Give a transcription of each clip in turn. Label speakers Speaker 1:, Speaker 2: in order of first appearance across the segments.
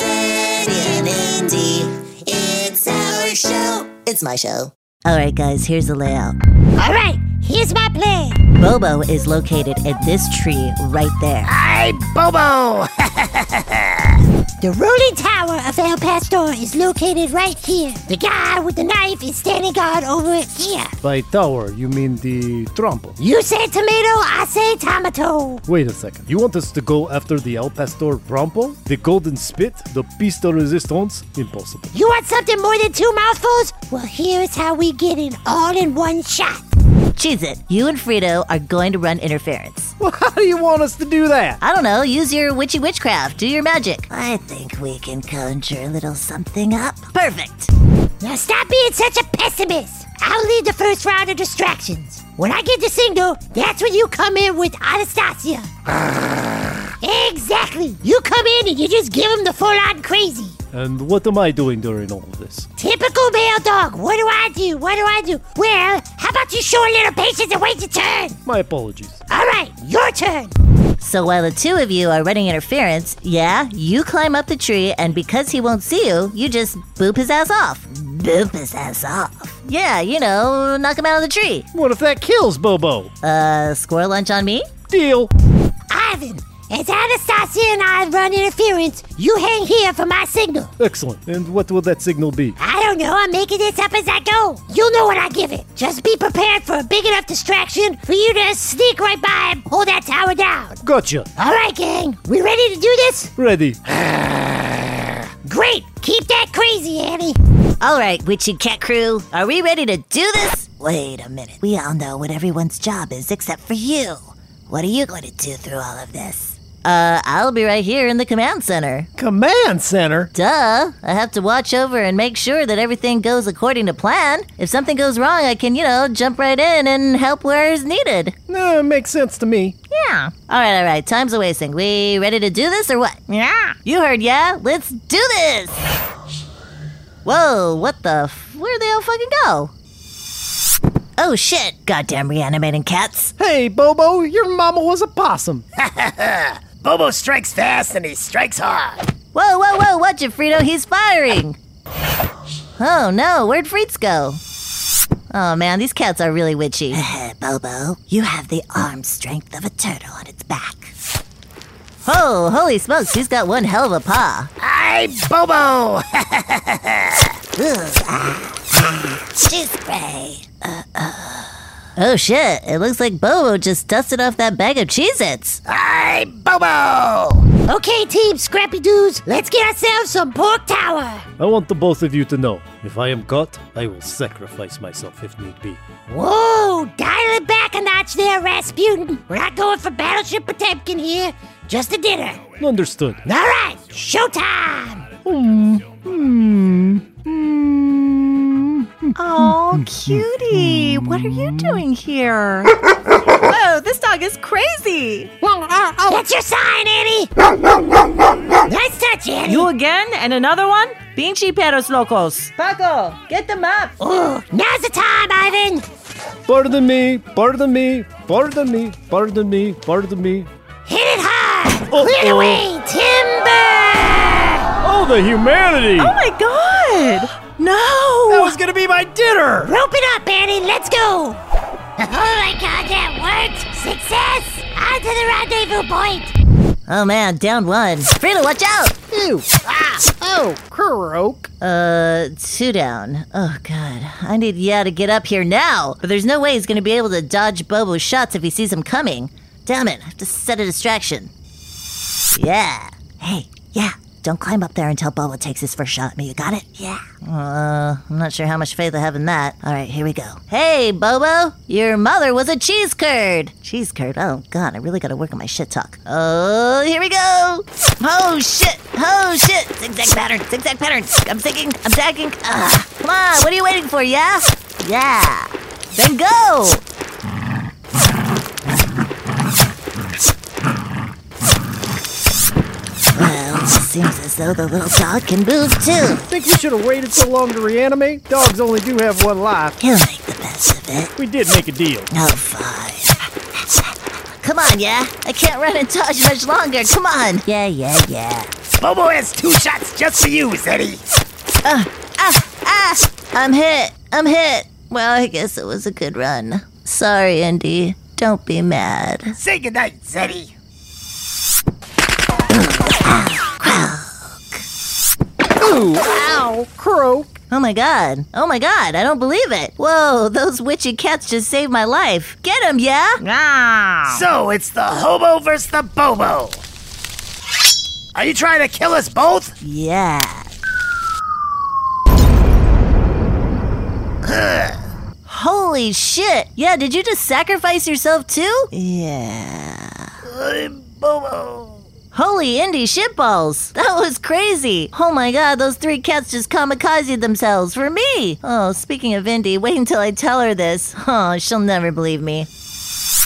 Speaker 1: Zany and Indy, it's our show. It's my show.
Speaker 2: All right, guys, here's the layout.
Speaker 3: All right, here's my plan.
Speaker 2: Bobo is located at this tree right there.
Speaker 3: I Bobo. the ruling tower of El Pastor is located right here. The guy with the knife is standing guard over it here.
Speaker 4: By tower, you mean the trompo.
Speaker 3: You say tomato, I say tomato.
Speaker 4: Wait a second. You want us to go after the El Pastor trompo? The golden spit? The piece de resistance? Impossible.
Speaker 3: You want something more than two mouthfuls? Well, here's how we get it all in one shot.
Speaker 2: Cheese it. You and Frito are going to run interference.
Speaker 4: Well, how do you want us to do that?
Speaker 2: I don't know, use your witchy witchcraft. Do your magic. I think we can conjure a little something up. Perfect.
Speaker 3: Now stop being such a pessimist. I'll lead the first round of distractions. When I get the signal, that's when you come in with Anastasia. exactly. You come in and you just give him the full-on crazy.
Speaker 4: And what am I doing during all of this?
Speaker 3: Typical male dog. What do I do? What do I do? Well, how about you show a little patience and wait your turn?
Speaker 4: My apologies.
Speaker 3: All right, your turn.
Speaker 2: So while the two of you are running interference, yeah, you climb up the tree, and because he won't see you, you just boop his ass off. Boop his ass off. Yeah, you know, knock him out of the tree.
Speaker 4: What if that kills Bobo?
Speaker 2: Uh, squirrel lunch on me?
Speaker 4: Deal.
Speaker 3: Ivan, as Anastasia and I run interference, you hang here for my signal.
Speaker 4: Excellent. And what will that signal be?
Speaker 3: I don't know. I'm making this up as I go. You'll know when I give it. Just be prepared for a big enough distraction for you to sneak right by and pull that tower down.
Speaker 4: Gotcha.
Speaker 3: All right, gang. We ready to do this?
Speaker 4: Ready.
Speaker 3: Great. Keep that crazy, Annie.
Speaker 2: All right, witchy cat crew, are we ready to do this? Wait a minute. We all know what everyone's job is except for you. What are you going to do through all of this? Uh, I'll be right here in the command center.
Speaker 4: Command center?
Speaker 2: Duh. I have to watch over and make sure that everything goes according to plan. If something goes wrong, I can, you know, jump right in and help where is needed.
Speaker 4: No, it makes sense to me.
Speaker 2: Yeah. All right, all right. Time's a wasting. We ready to do this or what? Yeah. You heard, yeah? Let's do this. Whoa, what the? F- Where'd they all fucking go? Oh shit! Goddamn reanimating cats.
Speaker 4: Hey, Bobo, your mama was a possum.
Speaker 5: Bobo strikes fast and he strikes hard.
Speaker 2: Whoa, whoa, whoa! Watch it, Frito. He's firing. Oh no! Where'd Fritz go? Oh man, these cats are really witchy. Bobo, you have the arm strength of a turtle on its back. Oh, holy smokes! He's got one hell of a paw.
Speaker 5: I Bobo.
Speaker 1: She's gray.
Speaker 2: Oh shit! It looks like Bobo just dusted off that bag of Cheez-Its.
Speaker 5: I Bobo.
Speaker 3: Okay, team Scrappy Doos, let's get ourselves some pork tower.
Speaker 4: I want the both of you to know if I am caught, I will sacrifice myself if need be.
Speaker 3: Whoa, dial it back a notch there, Rasputin. We're not going for Battleship Potemkin here, just a dinner.
Speaker 4: Understood.
Speaker 3: All right, showtime.
Speaker 6: Oh, cutie. What are you doing here? Whoa, this dog is crazy.
Speaker 3: That's your sign, Annie. nice touch, Annie.
Speaker 6: You again and another one? Pinche perros locos. Paco, get them up.
Speaker 3: Ooh, now's the time, Ivan.
Speaker 4: Pardon me, pardon me, pardon me, pardon me, pardon me.
Speaker 3: Hit it hard. Clear the way, timber.
Speaker 4: Oh, the humanity!
Speaker 6: Oh my god.
Speaker 4: That
Speaker 6: No.
Speaker 4: was gonna be my dinner!
Speaker 3: Rope it up, Annie. Let's go. oh my God, that worked. Success. On to the rendezvous point.
Speaker 2: Oh man, down one. Frito, watch out! Ew.
Speaker 3: Ah.
Speaker 4: Oh, croak.
Speaker 2: Uh, two down. Oh god, I need Ya to get up here now. But there's no way he's gonna be able to dodge Bobo's shots if he sees him coming. Damn it, I have to set a distraction. Yeah. Hey, yeah. Don't climb up there until Bobo takes his first shot at me. You got it? Yeah. Uh, I'm not sure how much faith I have in that. All right, here we go. Hey, Bobo, your mother was a cheese curd. Cheese curd? Oh god, I really gotta work on my shit talk. Oh, here we go. Oh shit. Oh shit. Zigzag pattern. Zigzag pattern. I'm thinking. I'm tagging. Ah, come on. What are you waiting for? Yeah. Yeah. Then go. Well, seems as though the little dog can move too.
Speaker 4: Think we should have waited so long to reanimate? Dogs only do have one life.
Speaker 2: He'll make the best of it.
Speaker 4: We did make a deal.
Speaker 2: Oh, fine. Come on, yeah? I can't run and dodge much longer. Come on. Yeah, yeah, yeah.
Speaker 5: Bobo has two shots just for you, Zeddy.
Speaker 2: Ah, ah! I'm hit. I'm hit. Well, I guess it was a good run. Sorry, Indy. Don't be mad.
Speaker 5: Say goodnight, Zeddy.
Speaker 6: Ow, croak.
Speaker 2: Oh my god. Oh my god. I don't believe it. Whoa, those witchy cats just saved my life. Get 'em, yeah?
Speaker 6: Ah.
Speaker 5: So it's the hobo versus the Bobo. Are you trying to kill us both?
Speaker 2: Yeah. Holy shit. Yeah, did you just sacrifice yourself too? Yeah.
Speaker 5: Uh, Bobo.
Speaker 2: Holy indie shitballs! That was crazy! Oh my god, those three cats just kamikaze themselves for me! Oh, speaking of Indy, wait until I tell her this. Oh, she'll never believe me.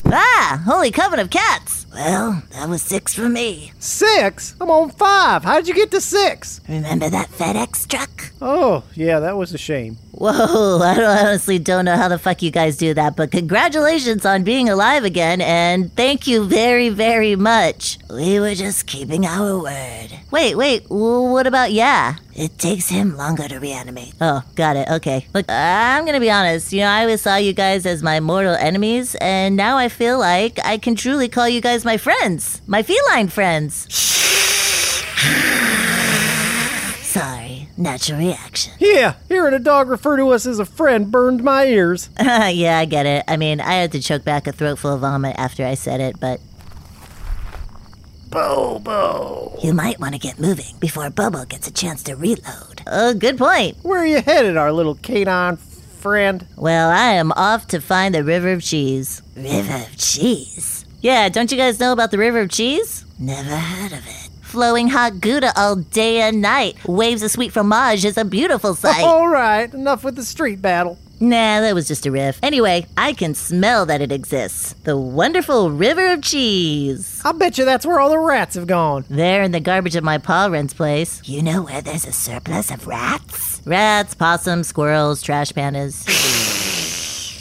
Speaker 2: Ah, holy coven of cats! Well, that was six for me.
Speaker 4: Six? I'm on five. How'd you get to six?
Speaker 2: Remember that FedEx truck?
Speaker 4: Oh, yeah, that was a shame.
Speaker 2: Whoa, I don't- I honestly don't know how the fuck you guys do that, but congratulations on being alive again, and thank you very, very much. We were just keeping our word. Wait, wait, w- what about yeah? It takes him longer to reanimate. Oh, got it, okay. Look, I'm gonna be honest, you know, I always saw you guys as my mortal enemies, and now I feel like I can truly call you guys my friends, my feline friends. Sorry, natural reaction.
Speaker 4: Yeah, hearing a dog refer to us as a friend burned my ears.
Speaker 2: yeah, I get it. I mean, I had to choke back a throat full of vomit after I said it, but
Speaker 5: Bobo.
Speaker 2: you might want to get moving before Bobo gets a chance to reload. Oh, good point.
Speaker 4: Where are you headed, our little canine friend?
Speaker 2: Well, I am off to find the River of Cheese. River of Cheese? Yeah, don't you guys know about the River of Cheese? Never heard of it. Flowing hot Gouda all day and night. Waves of sweet fromage is a beautiful sight.
Speaker 4: All right, enough with the street battle.
Speaker 2: Nah, that was just a riff. Anyway, I can smell that it exists. The wonderful River of Cheese.
Speaker 4: I bet you that's where all the rats have gone.
Speaker 2: There in the garbage of my pa Ren's place. You know where there's a surplus of rats? Rats, possums, squirrels, trash pandas.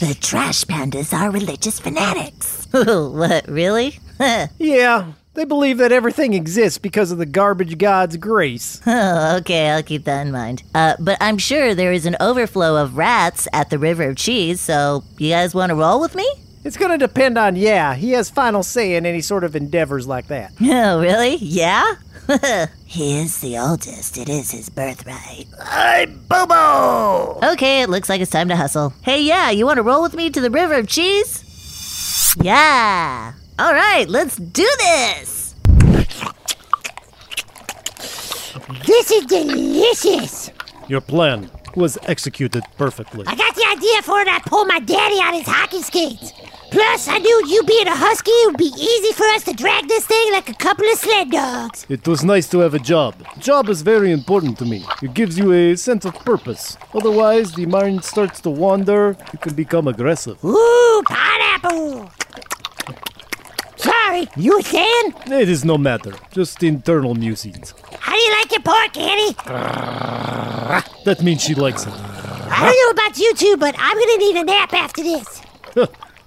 Speaker 2: the trash pandas are religious fanatics. what, really?
Speaker 4: Yeah, they believe that everything exists because of the garbage god's grace.
Speaker 2: oh, okay, I'll keep that in mind. Uh, but I'm sure there is an overflow of rats at the River of Cheese, so you guys want to roll with me?
Speaker 4: it's gonna depend on, yeah, he has final say in any sort of endeavors like that.
Speaker 2: Oh, really? Yeah? he is the oldest. It is his birthright.
Speaker 5: I'm Bobo.
Speaker 2: Okay, it looks like it's time to hustle. Hey, yeah, you want to roll with me to the river of cheese? Yeah. All right, let's do this.
Speaker 3: This is delicious.
Speaker 4: Your plan was executed perfectly.
Speaker 3: I got the idea for it. I pulled my daddy on his hockey skates. Plus, I knew you being a husky, it would be easy for us to drag this thing like a couple of sled dogs.
Speaker 4: It was nice to have a job. Job is very important to me. It gives you a sense of purpose. Otherwise, the mind starts to wander. You can become aggressive.
Speaker 3: Ooh, pineapple. Sorry, you were saying?
Speaker 4: It is no matter. Just internal musings.
Speaker 3: How do you like your pork, Annie?
Speaker 4: That means she likes it.
Speaker 3: I don't know about you two, but I'm gonna need a nap after this.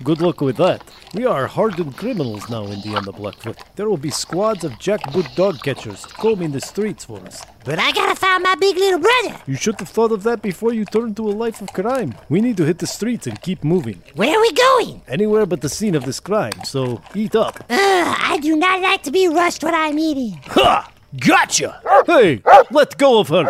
Speaker 4: Good luck with that. We are hardened criminals now, Indiana Blackfoot. There will be squads of jackboot dog catchers combing the streets for us.
Speaker 3: But I gotta find my big little brother.
Speaker 4: You should have thought of that before you turned to a life of crime. We need to hit the streets and keep moving.
Speaker 3: Where are we going?
Speaker 4: Anywhere but the scene of this crime, so eat up.
Speaker 3: Ugh, I do not like to be rushed when I'm eating.
Speaker 4: Ha! Gotcha! Hey, let go of her!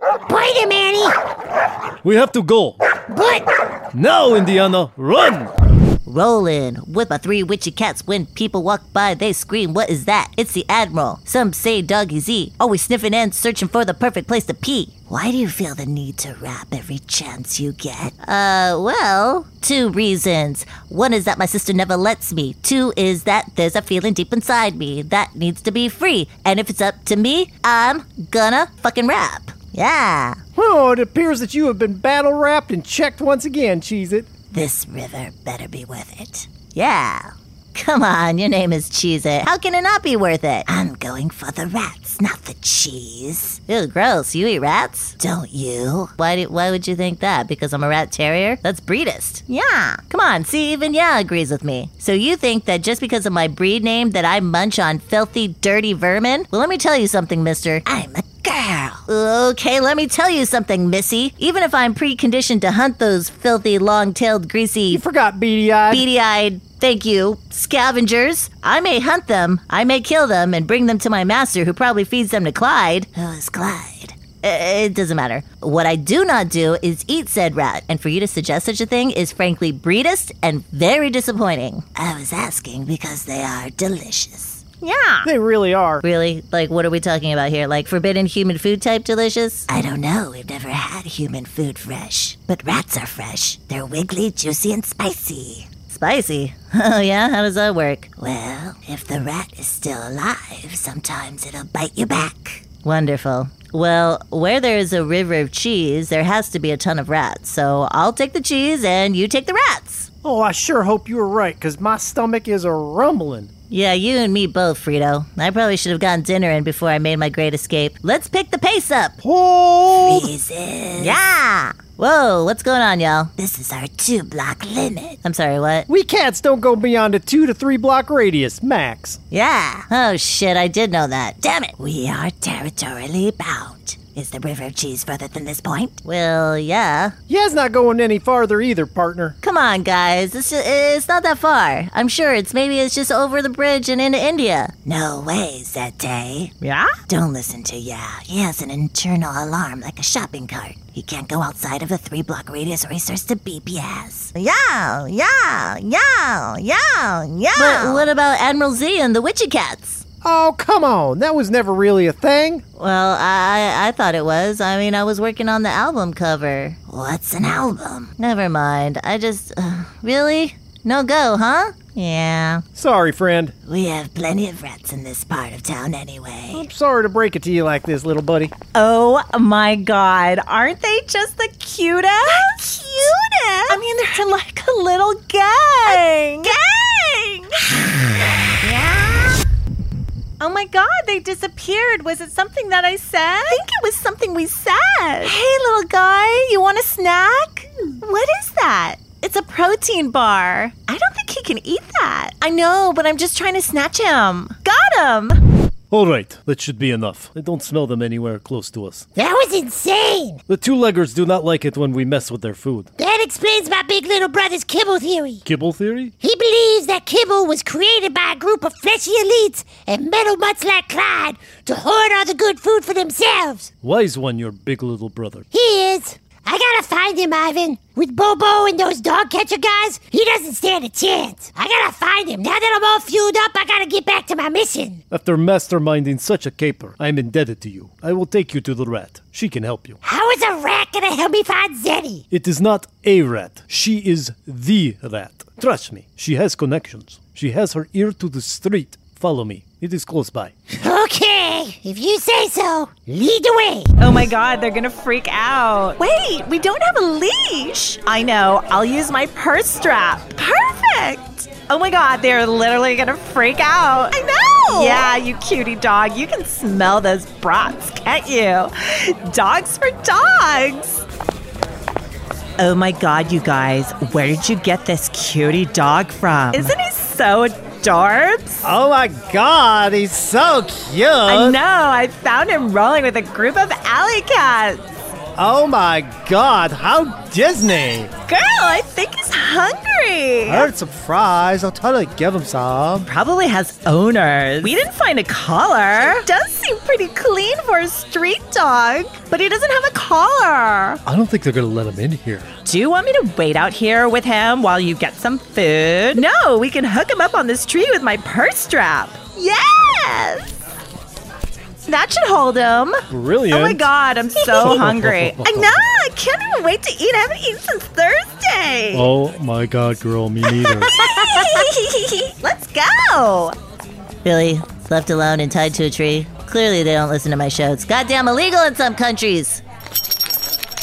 Speaker 3: Bite him, Annie.
Speaker 4: We have to go.
Speaker 3: But
Speaker 4: Now, Indiana, run!
Speaker 2: Rollin' with my three witchy cats. When people walk by, they scream, What is that? It's the Admiral. Some say Doggy Z. Always sniffing and searching for the perfect place to pee. Why do you feel the need to rap every chance you get? Uh, well, two reasons. One is that my sister never lets me. Two is that there's a feeling deep inside me that needs to be free. And if it's up to me, I'm gonna fucking rap. Yeah.
Speaker 4: Oh, it appears that you have been battle wrapped and checked once again, Cheez It.
Speaker 2: This river better be worth it. Yeah. Come on, your name is Cheese It. How can it not be worth it? I'm going for the rats, not the cheese. Ew, gross. You eat rats? Don't you? Why, do, why would you think that? Because I'm a rat terrier? That's breedist. Yeah. Come on, see, even yeah agrees with me. So you think that just because of my breed name that I munch on filthy, dirty vermin? Well, let me tell you something, mister. I'm a girl. Okay, let me tell you something, missy. Even if I'm preconditioned to hunt those filthy, long-tailed, greasy,
Speaker 7: Forgot beady eyed.
Speaker 2: beady eyed, thank you, scavengers. I may hunt them, I may kill them, and bring them to my master, who probably feeds them to Clyde. Who is Oh, Clyde? I- It doesn't matter. What I do not do is eat said rat, and for you to suggest such a thing is frankly breedist and very disappointing. I was asking because they are delicious.
Speaker 6: Yeah.
Speaker 7: They really are.
Speaker 2: Really? Like, what are we talking about here? Like, forbidden human food type delicious? I don't know. We've never had human food fresh. But rats are fresh. They're wiggly, juicy, and spicy. Spicy? Oh, yeah? How does that work? Well, if the rat is still alive, sometimes it'll bite you back. Wonderful. Well, where there is a river of cheese, there has to be a ton of rats. So I'll take the cheese and you take the rats.
Speaker 7: Oh, I sure hope you were right, because my stomach is a rumbling.
Speaker 2: Yeah, you and me both, Frito. I probably should have gotten dinner in before I made my great escape. Let's pick the pace up.
Speaker 7: Hold.
Speaker 2: Yeah. Whoa, what's going on, y'all?
Speaker 1: This is our two block limit.
Speaker 2: I'm sorry, what?
Speaker 7: We cats don't go beyond a two to three block radius, max.
Speaker 2: Yeah. Oh shit, I did know that. Damn it.
Speaker 1: We are territorially bound. Is the river of cheese further than this point?
Speaker 2: Well, yeah.
Speaker 7: Yeah, it's not going any farther either, partner.
Speaker 2: Come on, guys. It's just, it's not that far. I'm sure it's maybe it's just over the bridge and into India.
Speaker 1: No way, Zete.
Speaker 6: Yeah?
Speaker 1: Don't listen to Ya. He has an internal alarm like a shopping cart. He can't go outside of a three block radius or he starts to beep your ass.
Speaker 2: Yeah, yeah, yeah, yeah, yeah. But what about Admiral Z and the Witchy Cats?
Speaker 7: Oh, come on. That was never really a thing.
Speaker 2: Well, I I thought it was. I mean, I was working on the album cover.
Speaker 1: What's an album?
Speaker 2: Never mind. I just uh, really no go, huh? Yeah.
Speaker 7: Sorry, friend.
Speaker 1: We have plenty of rats in this part of town anyway.
Speaker 7: I'm sorry to break it to you like this, little buddy.
Speaker 6: Oh my god. Aren't they just the cutest? cutest? I mean, they're like a little gang. gang! yeah. Oh my god, they disappeared. Was it something that I said? I think it was something we said. Hey, little guy, you want a snack? What is that? It's a protein bar. Hmm. I don't think he can eat that. I know, but I'm just trying to snatch him. Got him!
Speaker 4: All right, that should be enough. I don't smell them anywhere close to us.
Speaker 3: That was insane!
Speaker 4: The two leggers do not like it when we mess with their food.
Speaker 3: That explains my big little brother's kibble theory.
Speaker 4: Kibble theory?
Speaker 3: He believes that kibble was created by a group of fleshy elites and metal mutts like Clyde to hoard all the good food for themselves.
Speaker 4: Wise one, your big little brother.
Speaker 3: He is. I gotta find him, Ivan. With Bobo and those dog catcher guys, he doesn't stand a chance. I gotta find him. Now that I'm all fueled up, I gotta get back to my mission.
Speaker 4: After masterminding such a caper, I am indebted to you. I will take you to the rat. She can help you.
Speaker 3: How is a rat gonna help me find Zeddy?
Speaker 4: It is not a rat. She is the rat. Trust me, she has connections. She has her ear to the street. Follow me. It is close by.
Speaker 3: Okay, if you say so, lead the way.
Speaker 6: Oh my god, they're gonna freak out. Wait, we don't have a leash. I know, I'll use my purse strap. Perfect. Oh my god, they're literally gonna freak out. I know. Yeah, you cutie dog. You can smell those brats, can't you? Dogs for dogs. Oh my god, you guys, where did you get this cutie dog from? Isn't he so adorbs?
Speaker 7: Oh my god, he's so cute.
Speaker 6: I know, I found him rolling with a group of alley cats.
Speaker 7: Oh my god, how Disney.
Speaker 6: Girl, I think he's hungry.
Speaker 7: I heard some fries. I'll try to give him some.
Speaker 6: Probably has owners. We didn't find a collar. Does seem pretty clean for a street dog, but he doesn't have a collar.
Speaker 4: I don't think they're gonna let him in here.
Speaker 6: Do you want me to wait out here with him while you get some food? No, we can hook him up on this tree with my purse strap. Yes! That should hold him.
Speaker 4: Brilliant.
Speaker 6: Oh my god, I'm so hungry. I know, I can't even wait to eat. I haven't eaten since Thursday.
Speaker 4: Oh my god, girl, me neither.
Speaker 6: Let's go.
Speaker 2: Really? Left alone and tied to a tree? Clearly, they don't listen to my show. It's goddamn illegal in some countries.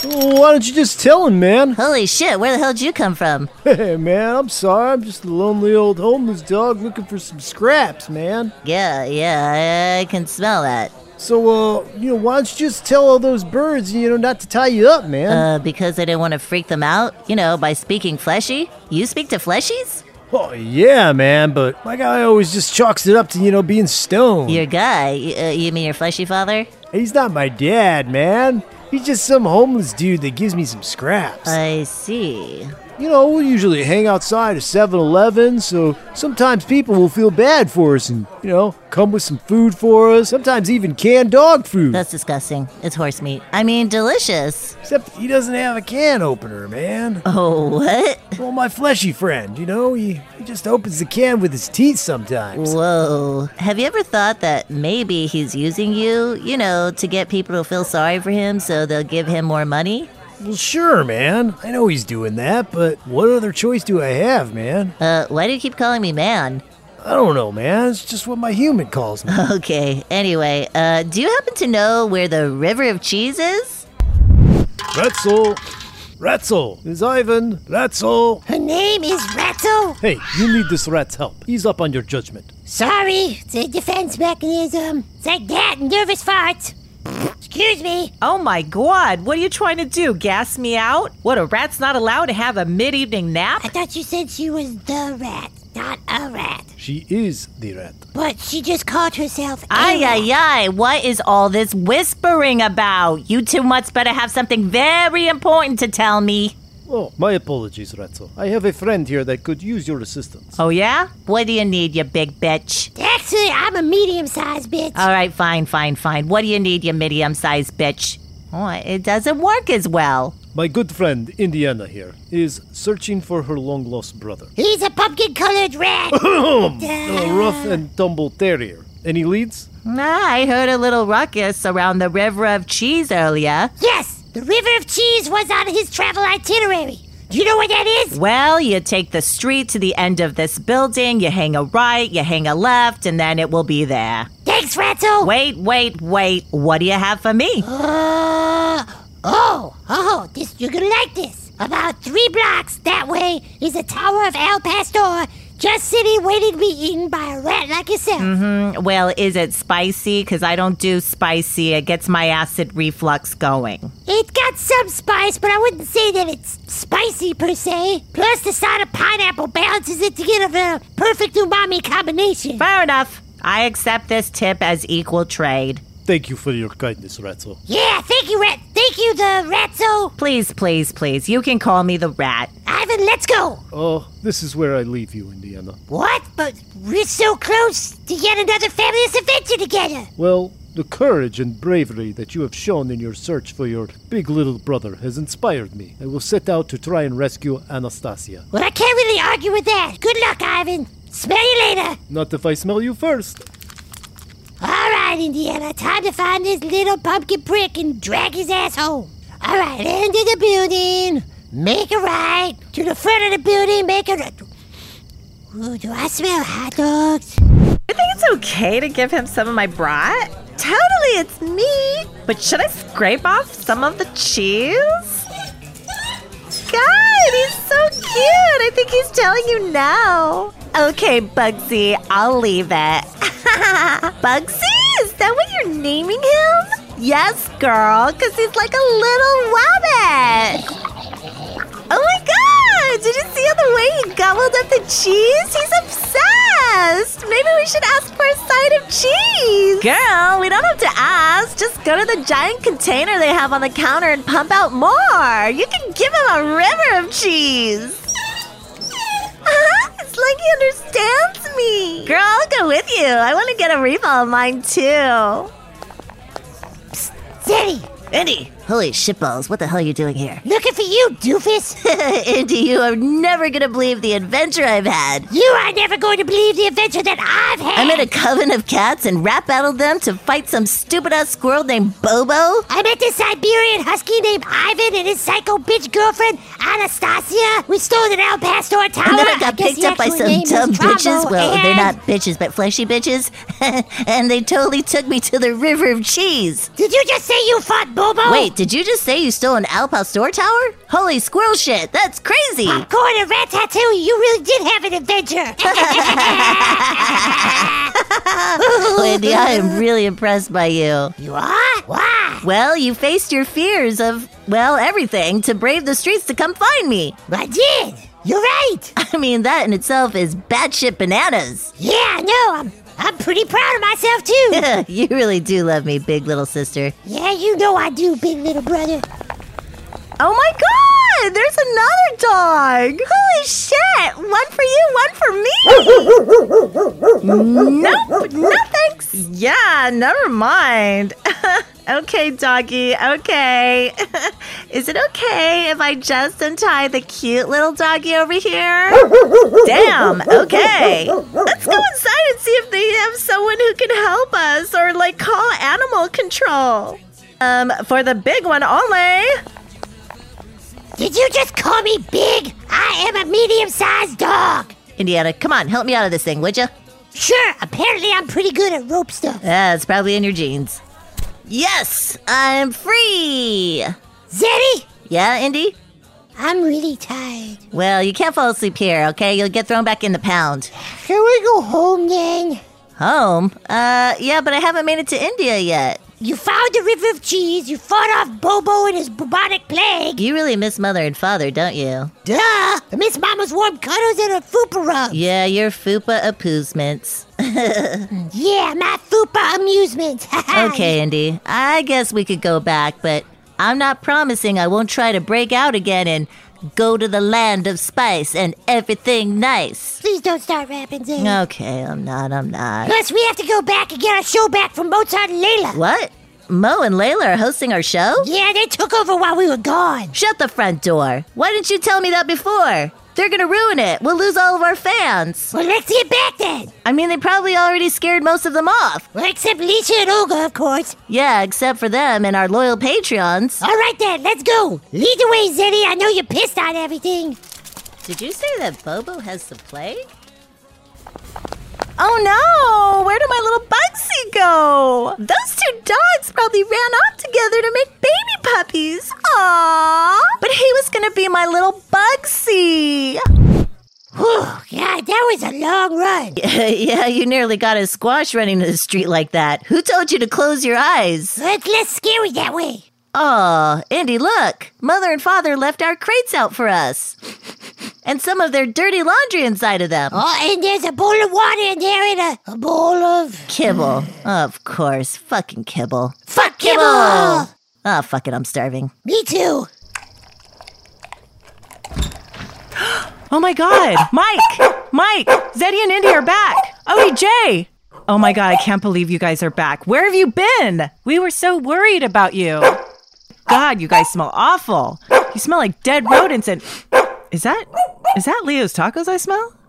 Speaker 4: Well, why don't you just tell him, man?
Speaker 8: Holy shit, where the hell did you come from?
Speaker 4: Hey, man, I'm sorry. I'm just a lonely old homeless dog looking for some scraps, man.
Speaker 8: Yeah, yeah, I can smell that.
Speaker 4: So, uh, you know, why don't you just tell all those birds, you know, not to tie you up, man?
Speaker 8: Uh, because I didn't want to freak them out, you know, by speaking fleshy? You speak to fleshies?
Speaker 4: oh, yeah, man, but my guy always just chalks it up to, you know, being stoned.
Speaker 8: Your guy, y- uh, you mean your fleshy father?
Speaker 4: He's not my dad, man. He's just some homeless dude that gives me some scraps.
Speaker 8: I see.
Speaker 4: you know, we usually hang outside of 7 Eleven, so sometimes people will feel bad for us and, you know, come with some food for us, sometimes even canned dog food.
Speaker 8: That's disgusting. It's horse meat. I mean, delicious.
Speaker 4: Except he doesn't have a can opener, man.
Speaker 8: Oh, what?
Speaker 4: Well, my fleshy friend, you know, he, he just opens the can with his teeth sometimes.
Speaker 8: Whoa. Have you ever thought that maybe he's using you, you know, to get people to feel sorry for him so they'll give him more money?
Speaker 4: Well, sure, man. I know he's doing that, but what other choice do I have, man?
Speaker 8: Uh, why do you keep calling me man?
Speaker 4: I don't know, man. It's just what my human calls me.
Speaker 8: Okay, anyway, uh, do you happen to know where the River of Cheese is?
Speaker 4: Retzel! Retzel! Is Ivan Retzel!
Speaker 3: Her name is Rattle.
Speaker 4: Hey, you need this rat's help. He's up on your judgment.
Speaker 3: Sorry, it's a defense mechanism. It's like that and nervous farts. Excuse me.
Speaker 2: Oh my god, what are you trying to do? Gas me out? What, a rat's not allowed to have a mid evening nap?
Speaker 3: I thought you said she was the rat, not a rat.
Speaker 4: She is the rat.
Speaker 3: But she just called herself. a
Speaker 2: Ay,
Speaker 3: rat.
Speaker 2: ay, ay, what is all this whispering about? You two much better have something very important to tell me.
Speaker 4: Oh, my apologies, Retzel. I have a friend here that could use your assistance.
Speaker 2: Oh, yeah? What do you need, you big bitch?
Speaker 3: Actually, I'm a medium-sized bitch.
Speaker 2: All right, fine, fine, fine. What do you need, you medium sized bitch? Oh, it doesn't work as well.
Speaker 4: My good friend, Indiana, here, is searching for her long lost brother.
Speaker 3: He's a pumpkin-colored rat.
Speaker 4: a rough and tumble terrier. Any leads?
Speaker 2: Nah, Ah, I heard a little ruckus around the River of Cheese earlier.
Speaker 3: yes, the river of cheese was on his travel itinerary. Do you know what that is?
Speaker 2: Well, you take the street to the end of this building, you hang a right, you hang a left, and then it will be there.
Speaker 3: Thanks, Rattle.
Speaker 2: Wait, wait, wait. What do you have for me?
Speaker 3: Uh, oh, oh, this you're gonna like this. About three blocks that way is the Tower of El Pastor, just sitting waiting to be eaten by a rat like yourself.
Speaker 2: Well, is it spicy? Because I don't do spicy. It gets my acid reflux going.
Speaker 3: It got some spice, but I wouldn't say that it's spicy per se. Plus, the side of pineapple balances it together for a perfect umami combination.
Speaker 2: Fair enough. I accept this tip as equal trade.
Speaker 4: Thank you for your kindness, Ratzel.
Speaker 3: Yeah, thank you, Rat. Thank you, the Ratzo.
Speaker 2: Please, please, please. You can call me the rat.
Speaker 3: Ivan, let's go.
Speaker 4: Oh, this is where I leave you, Indiana.
Speaker 3: What? But we're so close to yet another fabulous adventure together.
Speaker 4: Well, the courage and bravery that you have shown in your search for your big little brother has inspired me. I will set out to try and rescue Anastasia.
Speaker 3: Well, I can't really argue with that. Good luck, Ivan. Smell you later.
Speaker 4: Not if I smell you first.
Speaker 3: All right, Indiana. Time to find this little pumpkin prick and drag his ass home. All right, into the building. Make a right to the front of the building. Make a right. Ooh, do I smell hot dogs?
Speaker 2: You think it's okay to give him some of my brat? Totally, it's me. But should I scrape off some of the cheese? God, he's so cute. I think he's telling you no. Okay, Bugsy, I'll leave it. Bugsy? Is that what you're naming him? Yes, girl, because he's like a little rabbit. Oh my god! Did you see the way he gobbled up the cheese? He's obsessed! Maybe we should ask for a side of cheese! Girl, we don't have to ask. Just go to the giant container they have on the counter and pump out more. You can give him a river of cheese! Uh-huh, it's like he understands me! Girl, I'll go with you. I want to get a refill of mine too.
Speaker 3: Zeddy,
Speaker 8: Indy! Holy shitballs, what the hell are you doing here?
Speaker 3: looking for you, doofus.
Speaker 8: Indy, you are never gonna believe the adventure I've had.
Speaker 3: You are never going to believe the adventure that I've
Speaker 8: I
Speaker 3: had.
Speaker 8: met a coven of cats and rat battled them to fight some stupid ass squirrel named Bobo.
Speaker 3: I met this Siberian husky named Ivan and his psycho bitch girlfriend Anastasia. We stole an El Pastor tower.
Speaker 8: And then I got
Speaker 3: Ah, guess
Speaker 8: picked
Speaker 3: the
Speaker 8: up by
Speaker 3: actual
Speaker 8: some
Speaker 3: name is
Speaker 8: dumb
Speaker 3: Bravo,
Speaker 8: bitches. Well, they're
Speaker 3: and-
Speaker 8: not bitches, but fleshy bitches. and they totally took me to the river of cheese.
Speaker 3: Did you just say you fought Bobo?
Speaker 8: Wait,
Speaker 2: Did you just say you stole an Al Pastor tower? Holy squirrel shit, that's crazy!
Speaker 3: Popcorn and Ratatouille, you really did have an adventure.
Speaker 2: Wendy, I am really impressed by you.
Speaker 3: you are? Why?
Speaker 2: Well, you faced your fears of, well, everything to brave the streets to come find me.
Speaker 3: I did. You're right.
Speaker 2: I mean, that in itself is batshit bananas.
Speaker 3: Yeah, I know. I'm, I'm pretty proud of myself, too.
Speaker 2: you really do love me, big little sister.
Speaker 3: yeah, you know I do, big little brother.
Speaker 6: Oh my god! There's another dog! Holy shit! One for you, one for me! nope, no thanks! Yeah, never mind. okay, doggy, okay. Is it okay if I just untie the cute little doggy over here? Damn, okay. Let's go inside and see if they have someone who can help us or like call animal control. Um, for the big one only.
Speaker 3: Did you just call me big? I am a medium sized dog.
Speaker 2: Indiana, come on, help me out of this thing, would ya?
Speaker 3: Sure, apparently I'm pretty good at rope stuff.
Speaker 2: Ah, it's probably in your jeans. Yes, I'm free!
Speaker 3: Zeddy,
Speaker 2: Yeah, Indy?
Speaker 3: I'm really tired.
Speaker 2: Well, you can't fall asleep here, okay? You'll get thrown back in the pound.
Speaker 3: Can we go home then?
Speaker 2: Home? Uh, yeah, but I haven't made it to India yet.
Speaker 3: You found the river of cheese, you fought off Bobo and his bubonic plague.
Speaker 2: You really miss mother and father, don't you?
Speaker 3: Duh! I miss Mama's warm cuddles and her fupa rub.
Speaker 2: Yeah, your fupa appeasements.
Speaker 3: Yeah, my fupa amusement.
Speaker 2: Okay, Indy, I guess we could go back, but I'm not promising I won't try to break out again and go to the land of spice and everything nice.
Speaker 3: Please don't start rapping, Zeddy.
Speaker 2: Okay, I'm not, I'm not.
Speaker 3: Plus, we have to go back and get our show back from Mozart and Layla.
Speaker 2: What? Mo and Layla are hosting our show?
Speaker 3: Yeah, they took over while we were gone.
Speaker 2: Shut the front door. Why didn't you tell me that before? They're gonna ruin it. We'll lose all of our fans.
Speaker 3: Well, let's get back then.
Speaker 2: I mean, they probably already scared most of them off.
Speaker 3: Well, except Lisa and Olga, of course.
Speaker 2: Yeah, except for them and our loyal Patreons.
Speaker 3: All right then, let's go. Lead the way, Zeddy. I know you're pissed on everything.
Speaker 2: Did you say that Bobo has the plague?
Speaker 6: Oh no! Where did my little Bugsy go? Those two dogs probably ran off together to make baby puppies. Aww! But he was gonna be my little Bugsy.
Speaker 3: Whew, Oh, God, that was a long run.
Speaker 2: yeah, you nearly got a squash running to the street like that. Who told you to close your eyes?
Speaker 3: It's less scary that way.
Speaker 2: Aw, Andy, look. Mother and father left our crates out for us. and some of their dirty laundry inside of them.
Speaker 3: Oh, and there's a bowl of water in there and a, a bowl of
Speaker 2: Kibble. Of course. Fucking kibble.
Speaker 3: fuck
Speaker 2: Oh,
Speaker 3: kibble.
Speaker 2: fuck it. I'm starving.
Speaker 3: Me too.
Speaker 6: Oh my god! Mike! Mike! Zeddy and Indy are back! ODJ! Oh my god, I can't believe you guys are back. Where have you been? We were so worried about you. God, you guys smell awful. You smell like dead rodents and. Is that. Is that Leo's tacos I smell?